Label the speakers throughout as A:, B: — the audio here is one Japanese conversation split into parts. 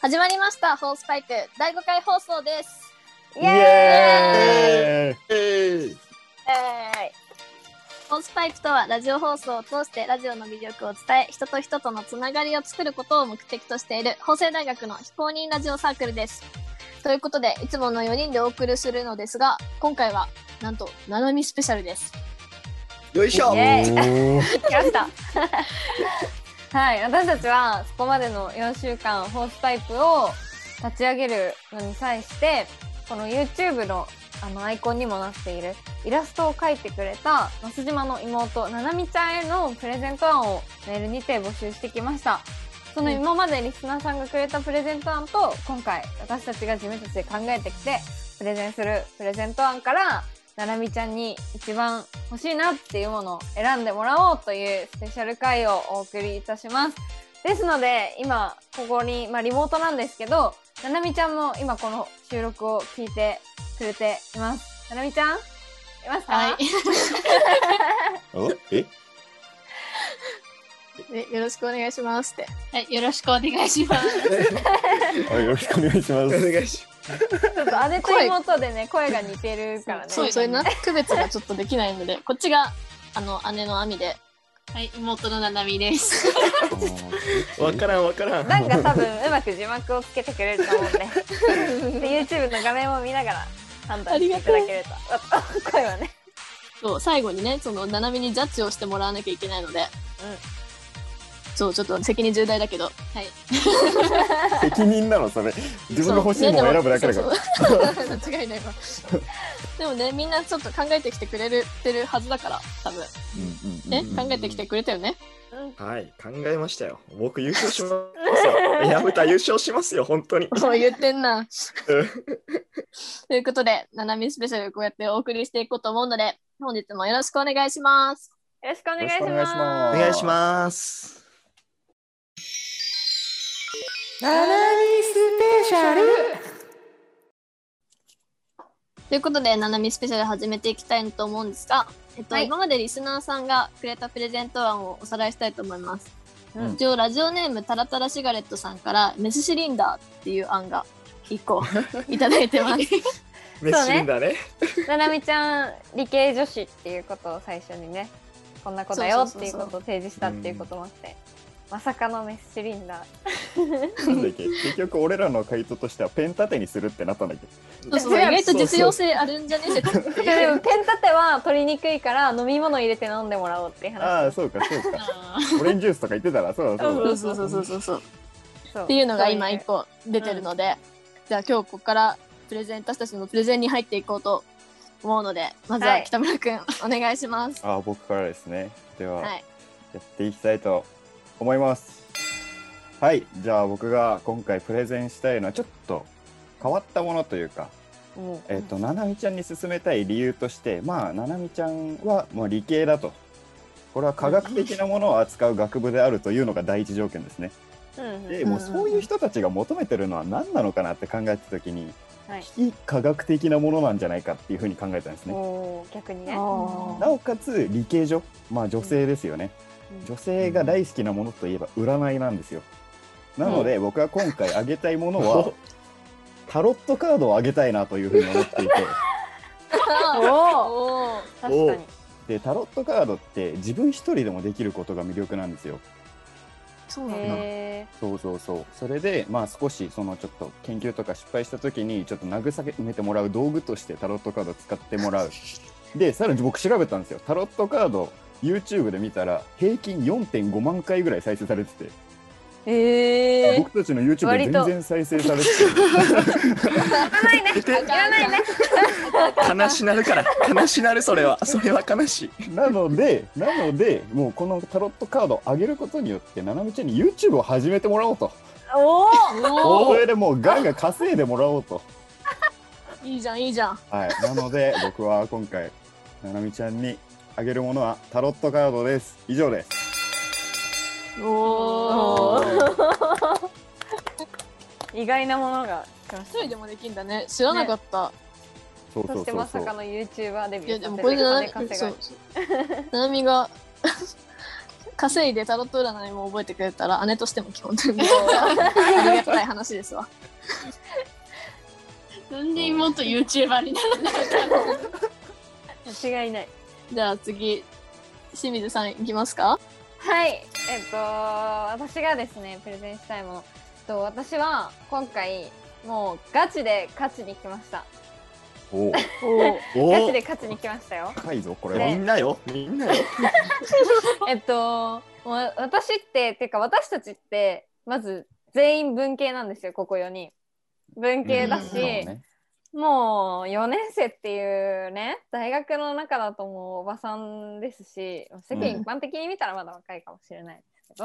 A: 始まりましたホースパイプ第5回放送です
B: イエ
C: えー、
B: ーイ
A: ホースパイプとはラジオ放送を通してラジオの魅力を伝え人と人とのつながりを作ることを目的としている法政大学の非公認ラジオサークルですということでいつもの4人でお送りするのですが今回はなんと「ナナミスペシャル」です
C: よいしょ
B: イエーイ
D: おー
B: 来ましたはい私たちはそこまでの4週間ホースパイプを立ち上げるのに際してこの YouTube のあのアイコンにもなっているイラストを描いてくれた増島の妹ななみちゃんへのプレゼント案をメールにて募集してきましたその今までリスナーさんがくれたプレゼント案と今回私たちが自分たちで考えてきてプレゼンするプレゼント案からななみちゃんに一番欲しいなっていうものを選んでもらおうというスペシャル回をお送りいたします。ですので、今、ここに、まあ、リモートなんですけど、ななみちゃんも今この収録を聞いてくれています。ななみちゃんいますか、
D: おえ
A: よろしくお願いしますって
E: はい、よろしくお願いします。
D: あよろしくお願いしま
C: お
D: す。
C: 願いし
B: ちょっと姉と妹でね、声が似てるからね。
A: そうそれな区別がちょっとできないの でこっちがあの姉の亜美で
E: はい、妹のななみです。
C: ます。 わからんわからん。
B: なんか多分うまく字幕をつけてくれると思うんで で YouTube の画面を見ながら判断していただけると あと声はね
A: そう最後にねそのナナミにジャッジをしてもらわなきゃいけないので、そうちょっと責任重大だけどはい
D: 責任なのそれ。自分が欲しいものを選ぶだけだから。
A: ら。そう そう間違いない わ。でもね、みんなちょっと考えてきてくれるてるはずだから、多分。え、
D: うんうんうん
A: 考えてきてくれたよね。
C: はい、考えましたよ。僕優勝しますよ。やめた優勝しますよ、本当に。
A: そう 言ってんな。ということで、ななみスペシャルこうやってお送りしていこうと思うので、本日もよろしくお願いします。
B: よろしくお願い
D: よろしくお願いし
B: し
C: お
D: ま
B: ます
C: 願いします。
A: ということで、ななみスペシャル始めていきたいと思うんですが、えっと、
B: はい
A: 今までリスナーさんがくれたプレゼント案をおさらいしたいと思います。
B: うん
A: 一応、ラジオネームタラタラシガレットさんから、メスシリンダーっていう案が1個いただいてます。
C: メッシーンだね。
B: ななみちゃん理系女子っていうことを最初にねこんな子だよっていうことを提示したっていうこともあってまさかのメスシリンダー
D: なんだっけ結局俺らの回答としてはペン立てにするってなったんだっけ
A: そうそう
B: そう
A: 意
B: や
A: 外と実用性あるんじゃねえ説って
B: で
A: いう
B: もペン立ては取りにくいから飲み物入れて飲んでもらおうっていう
D: あ
B: 話
D: あそうかそうか
E: あ
D: オレンジジュースとか言ってたらそうだそう だ
A: そうそう そうそうそうそう
B: そう
A: っていうのが今
B: そうい
A: 一個出てるので、じゃあ今日ここからプレゼン私たちのプレゼンに入っていこうと思うのでまずは
B: はい
A: 北村くん、お願いします
D: あー僕からですねでは、
A: はい
D: やっていきたいと思いますはいじゃあ僕が今回プレゼンしたいのはちょっと変わったものというか
B: うん
D: えっ、と、ななみちゃんに勧めたい理由として、まあ、ななみちゃんは、まあ、理系だと。これは科学的なものを扱う学部であるというのが第一条件ですね。
B: うん
D: で、
B: う
D: もうそういう人たちが求めてるのは何なのかなって考えたときに、
B: んはい
D: 非科学的なものなんじゃないかっていうふうに考えたんですね。
B: おー逆にね
A: お
D: なおかつ、理系女、まあ女性ですよね。
B: うん
D: 女性が大好きなものといえば占いなんですよ。なので、僕は今回あげたいもの は、タロットカードをあげたいなというふうに思っていて。
B: おお
A: おー
B: 確かに
D: でタロットカードって自分一人でもできることが魅力なんですよ
A: そうなんだ、
B: へ
D: そうそうそうそれでまあ少しそのちょっと研究とか失敗した時にちょっと慰めてもらう道具としてタロットカードを使ってもらうでさらに僕調べたんですよタロットカード YouTube で見たら平均4.5万回ぐらい再生されてて、
B: えへえ
D: 僕たちの YouTube
B: 割
D: 全
B: と
D: 然再生されてて
B: ないね
C: 出て
B: いらないね
C: 悲しなるから。悲しなる、それは。それは悲しい。
D: なのでなのでもうこのタロットカードを上げることによってななみちゃんに YouTube を始めてもらおうと
B: おお
E: お
D: これでもうガンガン稼いでもらおうと
A: いいじゃんいいじゃん
D: はい、なの で僕は今回ななみちゃんにあげるものはタロットカードです以上です
A: おー
B: 意外なものが来ま
A: 一
B: し
A: 人でもできんだね知らなかった、
D: そう
B: たそうし
D: そ
B: て
D: そう
B: ま
D: そ
B: さ
D: う
B: かの YouTuber デビ
A: い
B: ュ
A: やで
B: ーさ
A: も
B: せ
A: これ
B: る
A: でな
B: 金
A: な
B: 稼
A: そ
B: が
A: うななみが 稼いでタロット占いも覚えてくれたら姉としても基本的にありがたい話ですわ
E: なんで妹 YouTuber にならなかったの
B: 間違いない。
A: じゃあ次清水さんいきますか
B: はい、えっと、私がですね、プレゼンしたいもの。えっと、私は今回、もうガチで勝ちに来ました。
D: おー
B: ガ
C: お
B: チ
C: お
B: で勝ちに来ましたよ。
D: 深いぞこれは、
C: みんなよみんなよ
B: えっと、もう私って、てか私たちって、まず全員文系なんですよ、ここ4人。文系だ
A: うん
B: し、
A: そう
B: もう4年生っていうね大学の中だともうおばさんですし世間一般的に見たらまだ若いかもしれないですけど、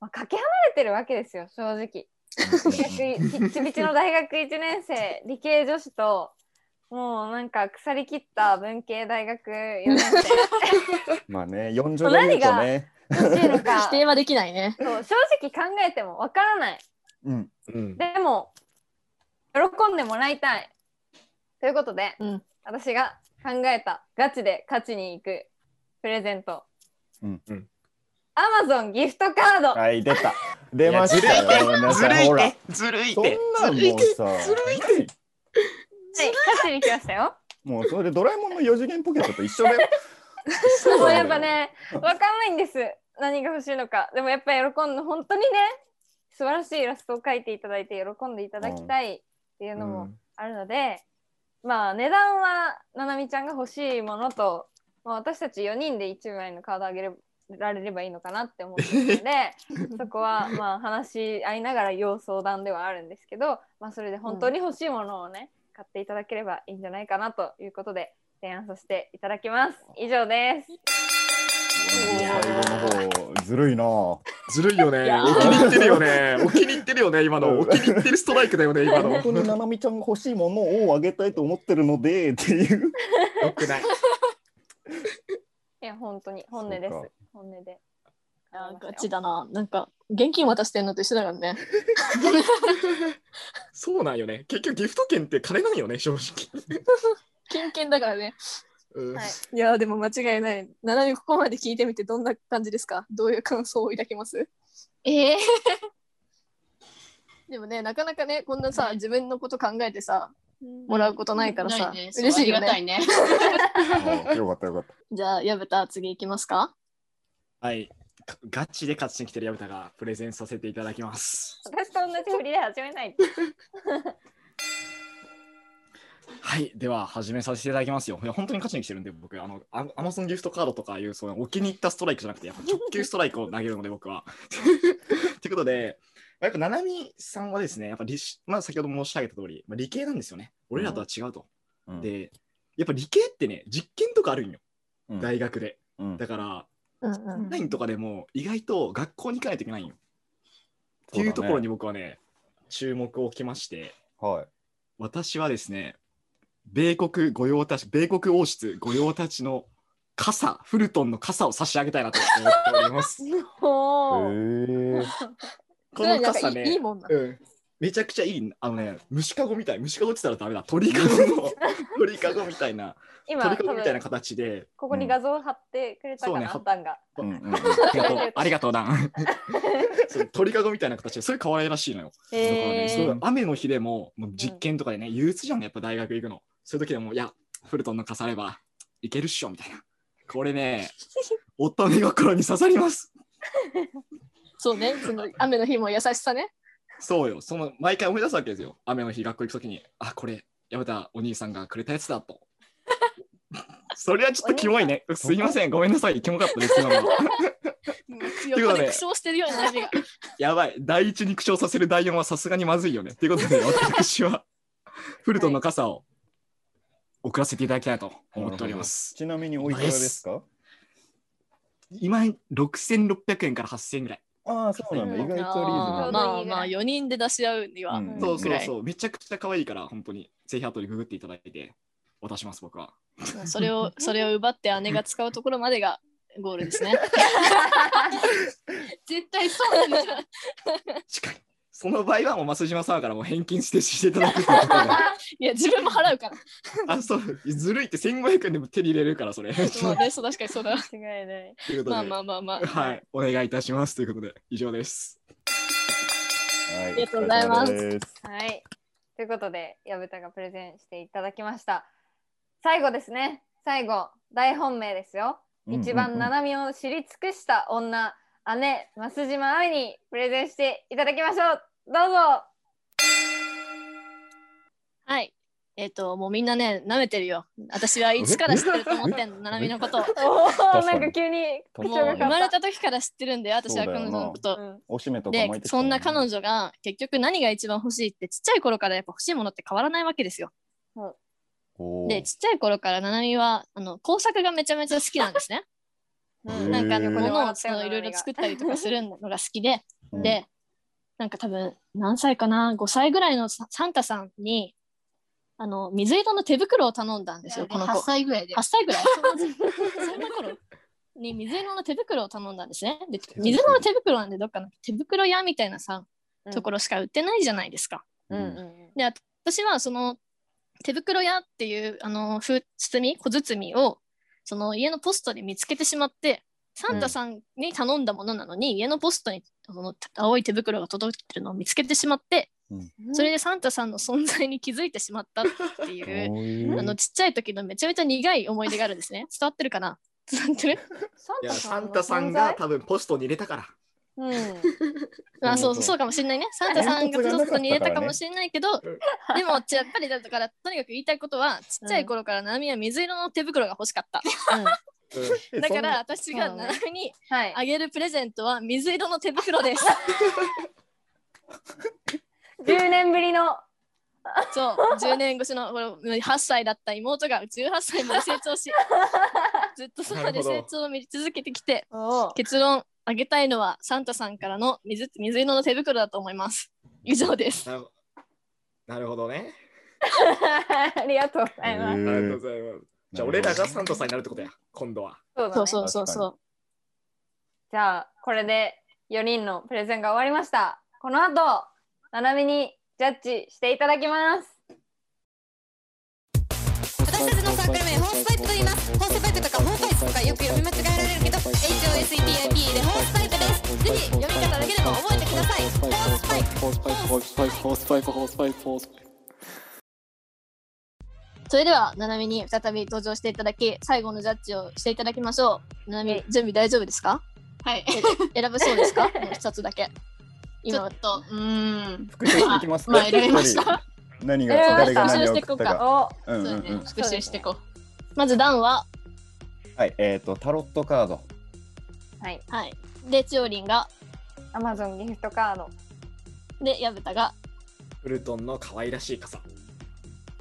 B: まあ、かけ離れてるわけですよ正直。
D: う
B: ピッチピチの大学1年生理系女子ともうなんか腐りきった文系大学4年
D: まあね四条で言うとね
B: 生女子のか
A: 否定はできないね
B: そう正直考えてもわからない
D: うん
C: うん
B: でも喜んでもらいたいということで、
A: うん
B: 私が考えたガチで勝ちに行くプレゼント
D: うん
C: うん
B: Amazon ギフトカード
D: はい出た出ましたよ皆さんほら
C: ずるい
D: そんなんもうさ
B: はい勝ちに来ましたよ。
D: もうそれでドラえもんの四次元ポケットと一緒だよ
B: もうやっぱね分かんないんです何が欲しいのかでもやっぱり喜んで本当にね素晴らしいイラストを描いていただいて喜んでいただきたいっていうのもあるので、まあ値段はななみちゃんが欲しいものと、まあ、私たち4人で1枚のカードあげれられればいいのかなって思ってるのでそこはまあ話し合いながら要相談ではあるんですけど、まあ、それで本当に欲しいものをね、買っていただければいいんじゃないかなということで提案させていただきます以上です
D: 最後の方ずるいなぁ
C: ずるいよね
A: や
C: お気に入ってるよねお気に入ってるよね今のお気に入ってるストライクだよね今の
D: 本当にななみちゃんが欲しいものをあげたいと思ってるのでっていう
C: よくない
B: いや本当に本音です
D: そうか
B: 本音で
A: あーガチだななんか現金渡してんのと一緒だからね
C: そうなんよね結局ギフト券って金なんよね正直
A: 金券だからね
C: うん
B: はい
A: いやーでも間違いないななみここまで聞いてみてどんな感じですかどういう感想を抱きます
E: ええ
A: でもねなかなかねこんなさ自分のこと考えてさもらうことないからさ、
E: ないね
A: 嬉しいよ
E: ありがた
A: ね
E: いね。
D: あよかったよかった
A: じゃあ矢蓋次行きますか
C: はいかガチで勝ちに来てる矢蓋がプレゼンさせていただきます
B: 私と同じ振りで始めない
C: はいでは始めさせていただきますよいや本当に勝ちに来てるんで僕あのアアマゾンギフトカードとかいうそのお気に入ったストライクじゃなくてやっぱ直球ストライクを投げるので僕は ということでまあやっぱななみさんはですねやっぱ理し、まあ、先ほど申し上げた通り、まあ、理系なんですよね俺らとは違うと、
D: うん
C: でやっぱ理系ってね実験とかあるんよ
D: うん
C: 大学で、
D: うん
C: だから
A: うんうん
C: ラインとかでも意外と学校に行かないといけないんよ。って
D: そうだね
C: いうところに僕はね注目を置きまして
D: はい
C: 私はですね米国御用達米国王室御用達の傘フルトンの傘を差し上げたいなと思っております
B: おー
D: へえ
A: そ
C: こ
A: れは
C: の
A: なんか
C: 傘
A: いい,、
C: ね
A: いいもんな
C: うん、めちゃくちゃいいあのね虫かごみたい虫かごって言ったら ダメだ鳥かごの鳥かごみたいな
B: 今
C: 鳥か
B: 多
C: ごみたいな
B: 分
C: 形で
B: ここに画像を貼ってくれた
C: そ
B: か
C: うね
B: な、
C: 貼
B: う
C: っ
B: 段が
D: うんうんうん
C: ありがとうありがとうな そう鳥かごみたいな形ですごい可愛らしいのよだからね、そう
B: へ
C: 雨の日でももう実験とかでね、憂鬱じゃん、やっぱ大学行くの。そういう時でも、いや、フルトンの傘あればいけるっしょみたいな。これ ね、乙女心に刺さります。
A: そうねその雨の日も優しさね
C: そうよ、その毎回思い出すわけですよ。雨の日、学校行く時に、あ、これ、やめたお兄さんがくれたやつだ と。それはちょっとキモいね。すいません、ごめんなさい、キモかったです。今のはいうこ
A: 横
C: とで
A: で苦笑してるようなナビが
C: やばい、第一肉笑させる第4はさすがにまずいよね。ということ で、私はフルトンの傘を送らせていただきたいと思っております。
D: ちなみにおいくらですか
C: 今6600円から8000円ぐらい、
D: ああそうなんだ意外とリーズナブル
B: まあ
A: 4人で出し合うに
D: うん
B: ん
C: そう
B: ぐ
C: そう
A: らい
C: そうめちゃくちゃ可愛いから本当にぜひ後でググっていただいて渡します僕は
A: それ をそれを奪って姉が使うところまでがゴー ルですね
E: 絶対そうなんじゃん。
C: 近いその場合はもう増島さんからもう返金してしていただくって ことで
E: いや、自分も払うから。
C: あそうずるいって1500円でも手に入れれる からそれ
E: そうね、そう、確かにそうだ。
B: 違いない。
C: ということで、
E: まあまあまあまあ。
C: はい、お願いいたしますということで以上です
D: あ
A: ありがとうございます
B: はい。ということで、矢蓋がプレゼンしていただきました。最後ですね。最後、大本命ですよ。一番
D: な
B: 七海を知り尽くした女、姉、増島愛にプレゼンしていただきましょう。どうぞ。
A: はい。えっ、と、もうみんなね、舐めてるよ。私はいつから知ってると思ってんの、ななみのことを。
B: おお、
D: 確か
B: な
D: に
B: んか急に口
A: もう
B: 調が
A: 生
B: 変
A: ま
B: わ
A: れ
B: った
A: 時から知ってるんで、私は彼女のこと
B: た。
A: を。
B: うん
D: おしめとか
A: で
D: 巻いてきた
A: そ
D: も
A: ん
D: ね
A: な彼女が結局何が一番欲しいってちっちゃい頃からやっぱ欲しいものって変わらないわけですよ。
D: おー
A: でちっちゃい頃からななみはあの工作がめちゃめちゃ好きなんですね。
B: うん
A: なんかあ
D: へ
A: の
D: ー
A: 物をそのいろいろ作ったりとかするのが好きで、
D: うん
A: でなんか多分何歳かな5歳ぐらいのササンタさんにあの水色の手袋を頼んだんですよこの子
E: 8歳ぐらいで
A: 8。歳ぐらいそんな頃に水色の手袋を頼んだんですねで
D: 袋
A: 水色の手袋なんでどっかの手袋屋みたいなさ
B: うん
A: ところしか売ってないじゃないですか。
B: うんうん
A: であ私はその手袋屋っていうあのふ包み小包みをその家のポストで見つけてしまってサンタさんに頼んだものなのに、家のポストにその青い手袋が届いてるのを見つけてしまって
B: うん。
A: それでサンタさんの存在に気づいてしまったっていう、
D: そういう
A: あのちっちゃい時のめちゃめちゃ苦い思い出があるんですね伝わってるかな 伝わってる
B: サン
C: い
B: タ
C: や
B: さ
C: サ
B: んの
C: ンタ
B: 存在
C: さんが多分ポストに入れたから
B: うん。
A: あそうそうそうかもしれないねサンタさんがちょっと似れたかもしれないけど、でもやっぱりだからとにかく言いたいことはちっちゃい頃からナミは水色の手袋が欲しかった。
D: え
A: だ
D: そ
A: か
D: んな
A: ら私がナナミに
B: はい。
A: あげるプレゼントは水色の手袋です。
B: 10年ぶりの。
A: そう、10年越しのこの8歳だった妹が18歳まで成長 し、ずっとそばで成長を見続けてきて、
B: おー
A: 結論あげたいのはサンタさんからの水水色の手袋だと思います。以上です。
C: なるなるほどね
B: ありがとうございま
C: あ
B: す。
D: へ
C: りがと
D: ー
C: うございますじゃあ俺らがサンタさんになるってことや今度は
B: そうだね
A: そうそうそうそう。
B: じゃあこれで4人のプレゼンが終わりました。この後、ななみにジャッジしていただきます。
F: 私たちのサークル名ホースパイプと言いますホースパイプとかホーパイプとかよく読み間違えられるけど HOSEPIP でホースパイプですぜひ読み方だけでも覚えてくださいホースパイプ
G: horse
A: それでは、ななみに再び登場していただき、最後のジャッジをしていただきましょう。ななみ、
B: はい
A: 準備大丈夫ですか
E: はい。
A: 選べそうですかもう一つだけ。
E: ちょ
A: 今
E: っ、と、うーん。
D: 復習していきますか
E: まあまあ選びました
D: 一人何が
B: 選
D: 誰
B: び
D: が
B: ました
D: 何を送ったか
B: お、
D: うんうん
E: そううんね。復習していこう。
A: まずダンは、
D: はいえっとタロットカード
B: はい。
A: はい。で、チオリンが、
B: アマゾンギフトカード。
A: で、ヤブタが、
C: フルトンの可愛らしい傘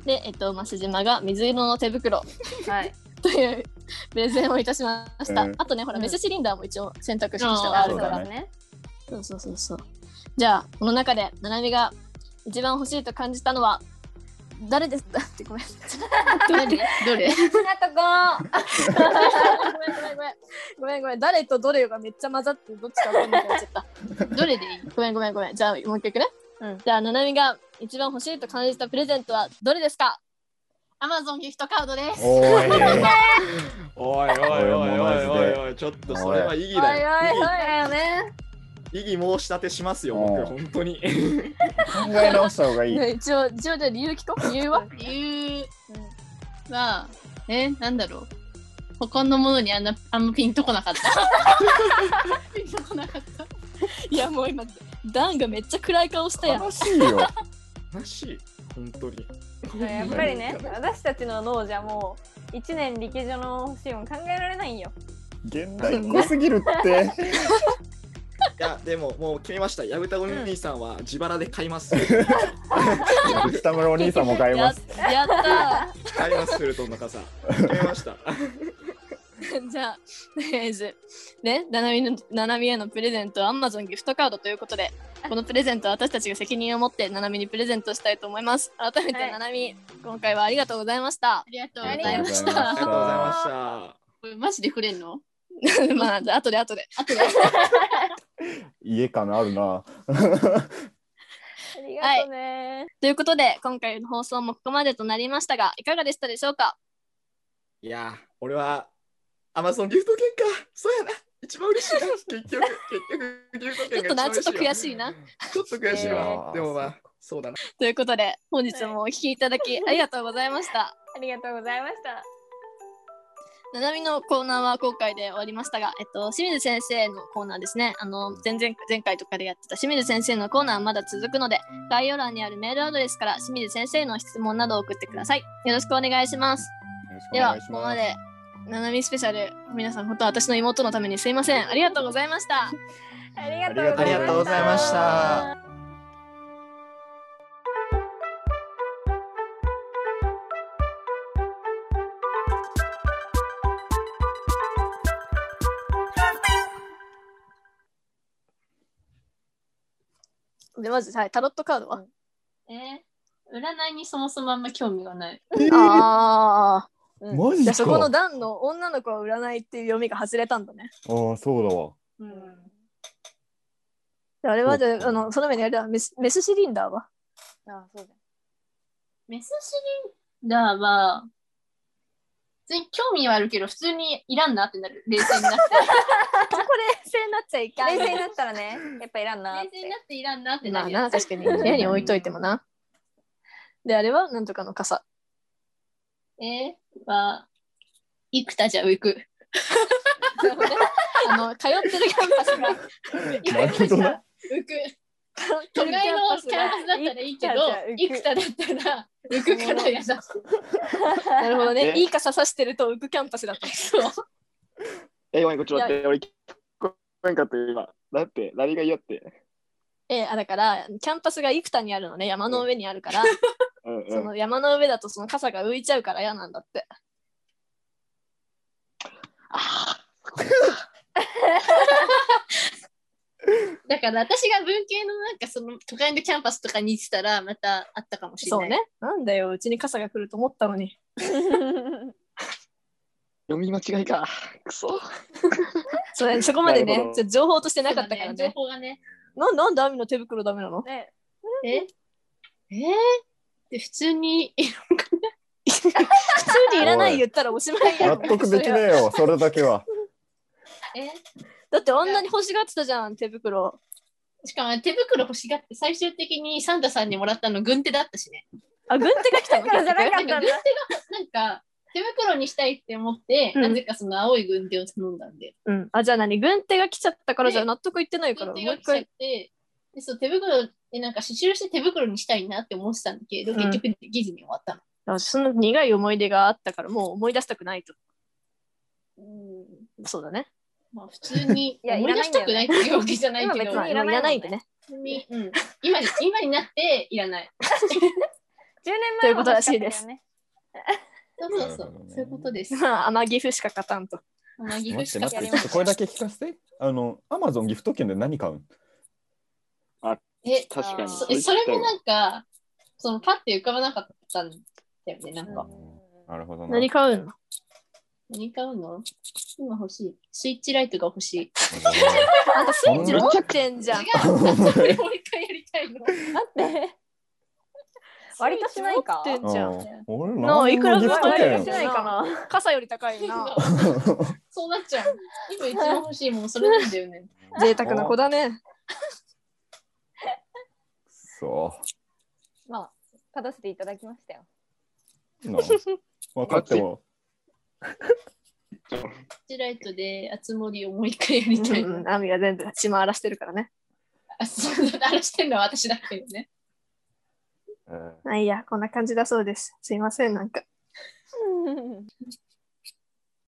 A: で、えっと、マスジマが水色の手袋
B: はい。
A: という プレゼンをいたしました。
D: うん
A: あとね、ほら、
B: うん
A: メスシリンダーも一応選択肢としては
E: あ
A: あ
B: あ、
A: る
B: そう
A: から。
B: だね。
A: そうそうそうそう。じゃあ、この中で、ななみが一番欲しいと感じたのは、誰ですか ってごめん。
E: どれどれ
B: あとこ。
A: ごめんごめんごめんごめんごめん誰とどれがめっちゃ混ざってどっちか分かんなくなっちゃったどれでいいごめんごめんごめんじゃあもう一曲ね、
B: うん
A: じゃあななみが一番欲しいと感じたプレゼントはどれですか
E: Amazon ギフトカードです。
D: おーい
C: おいおい
D: おいおいおい
C: おいちょっ
D: とそれは
C: 意義
B: おいおいおいだよね。
C: 意義申し立てしますよ、
D: うん
C: 僕、本当に。
D: 考え直した方がいい
A: ね一応一応じゃあ理由聞こう理由は
E: 理由は、え、なんだろう。他のものにあんな、あんまピンとこな かった。ピンとこなかった。
A: いやもう今ダンがめっちゃ暗い顔したやん
D: 悲しいよ
C: 悲しい、本当に。
B: やっぱりね、私たちの脳じゃもう一年力女の欲しいもん考えられないんよ。
D: 現代っ子すぎるって
C: いや、でも、もう決めました。矢蓋お兄さんは自腹で買い ます。
D: 北村お兄さんも買い
A: や
D: ます
A: やった
C: 買います、フルトンの傘。決めました。
A: ーじゃあとりあえずねななみのななみへのプレゼントは Amazon ギフトカードということでこのプレゼントは私たちが責任を持ってななみにプレゼントしたいと思います改めて
B: はい
A: ななみ今回はありがとうございました
E: ありがとう
B: あ
E: ご
B: り
E: ざい
B: が
E: ま
B: とう
E: す。
B: ござい
C: あ
B: ま
C: りがとうございました。
E: これマジでくれんの
A: まあ、じゃあ後で後で。
E: あとで。
D: 家感あるな
B: ありがとうね。
A: ということで、今回の放送もここまでとなりましたが、いかがでしたでしょうか
C: いやー、俺はアマゾンギフト券か。そうやな。一番嬉しいな。結局、結局、ギフト
A: ちょ
C: 券
A: っと
C: が一番
A: な、ちょ
C: 嬉
A: っ
C: し
A: と
C: いわ
A: 悔しいな。
C: ちょっと悔しいわ。
D: えー
C: でもまあ、そうだな。
A: ということで、本日もお聞きいただきありがとうございました。
B: ありがとうございました。
A: ななみのコーナーは今回で終わりましたが、えっと、清水先生のコーナーですね。あの、前々前回とかでやってた清水先生のコーナーはまだ続くので、概要欄にあるメールアドレスから清水先生の質問などを送ってください。よろしくお願いします。では、ここまで、ななみスペシャル、皆さん、本当私の妹のためにすいません。ありがとうございました。
B: ありが
D: とうございました
C: ありがとうございました。
A: で、まず、はい、タロットカードは、
E: えー占いにそもそもあんま興味がない。
A: ああ。うん
D: マジっす
A: じゃ
D: か
A: あそこの段の女の子は占いっていう読みが外れたんだね。
D: ああ、そうだわ。
E: うん。
A: あれはじ
D: そう
A: ゃあ、
D: か
A: あの、その目にあれだ、メスメスシリンダーは。
B: あ、そうだ。
E: メスシリンダーは、普通に興味はあるけど、普通にいらんなってなる。冷静になって。
A: これ冷静になっちゃいか
B: 冷静に
A: ん。
B: なったらね、やっぱいらんなっ
E: 冷
B: て。
E: 静になっていらんなって
A: ま
E: な
A: あ
E: る。
A: な、確かに部屋に置いといてもな。で、あれはなんとかの傘。
E: えー、は、幾田じゃ 浮く。
A: あの、通ってるキャンパスが、
D: なるほどな。
E: 浮く。都会のキャンパスだったらいいけど、幾田だったら浮くからやだ。
A: なるほどね。
C: え
A: いい傘さしてると浮くキャンパスだった。そう。
C: え、ごめん、ちょっと待って、俺、聞こえんかった今。だって、何が嫌って。
A: えあだから、キャンパスが幾多にあるのね、山の上にあるから、
C: うん
A: その山の上だとその傘が浮いちゃうから嫌なんだって。
E: だから私が文系のなんかその都会のキャンパスとかに行ってたらまたあったかもしれ
A: そ
E: ない。
A: うね。なんだよ、うちに傘が来ると思ったのに。
C: 読み間違いか。くそ。
A: それそこまで
C: なる
A: ね
C: ほど、
A: ちょ情報として
E: そう
A: なか
E: だね。
A: ったから
E: 情
A: ね。
E: 報がね。
A: なんなんで網の手袋ダメなの
B: ね、
E: ええー、で普通に いるのかな
A: 普通にいらない言ったらおしまいや
D: 納
A: ん
D: 得できねえよ、それだけは。
E: え
A: だってあんなに欲しがってたじゃん、手袋。
E: しかも手袋欲しがって最終的にサンタさんにもらったの軍手だったしね。
A: あ、軍手が来たの
B: 飾らな
E: な
B: かっ
E: ん
B: た
E: か
B: ん
E: 軍
B: だ。
E: 手がなんか手袋にしたいって思って、
A: うん
E: なぜかその青い軍手を頼んだんで。
A: うん。あ、じゃあ何軍手が来ちゃったからじゃあ納得いってないから、
E: 軍
A: もう一
E: 手が来ちゃっ
A: 回。
E: て、でそう手袋でなんか刺繍して手袋にしたいなって思ってたんだけど、
A: うん
E: 結局できずに終わったの。
A: あその苦い思い出があったから、もう思い出したくないと。
E: うん
A: そうだね。
E: まあ普通に
B: いや
E: 思い出したくないっていうわけじゃないけ
B: い
E: ど、
A: まあ、
B: らない
A: も
B: んだよね
A: ういらないんでね。
E: 普通にうん今に今になっていらない。
B: 10年前
A: ということらしいです
B: も欲
E: そうそう
D: なるほど
E: そう、
D: ね
E: そういうことです。
A: まあ、天城府しか勝たんと。
E: まあ岐
D: 待
E: 阜
D: って
E: しか
D: 待って、
E: やり
D: ちょ
E: ま
D: っと
E: せん
D: これだけ聞かせて。あの、アマゾンギフト券で何買うん
E: え
C: 確かに
E: そそれもなんか、そのパッて浮かばなかったんだよね、なんか。
D: なるほどな。
A: 何買うの
E: 何買うの今欲しい。スイッチライトが欲しい。
A: あんたスイッチ持ってんじゃん
E: 違。う、それもう一回やりたいの。
B: しがってるよね 割としないか
A: スイッチ持ってんじゃん。
D: うん俺
A: なあ
D: 何
A: いくら
D: も
A: ぐ
D: ギ
A: ら
D: フト
A: い
B: 割
D: 券
B: としないか な。
A: 傘より高いよな。
E: そうなっちゃう。今一番欲しいもん、それなんだよね。
A: 贅沢な子だね。
D: そ
B: まあ、勝たせていただきましたよ。
D: う。なあ分かっても。
E: スイッチライトで、あつ森をもう一回やりたい。
A: うん、アミが全部血回らしてるからね。
E: あ、そうだ、あれしてんのは私だけどね。
D: うん
A: まあいいや、こんな感じだそうです。すいません、なんか。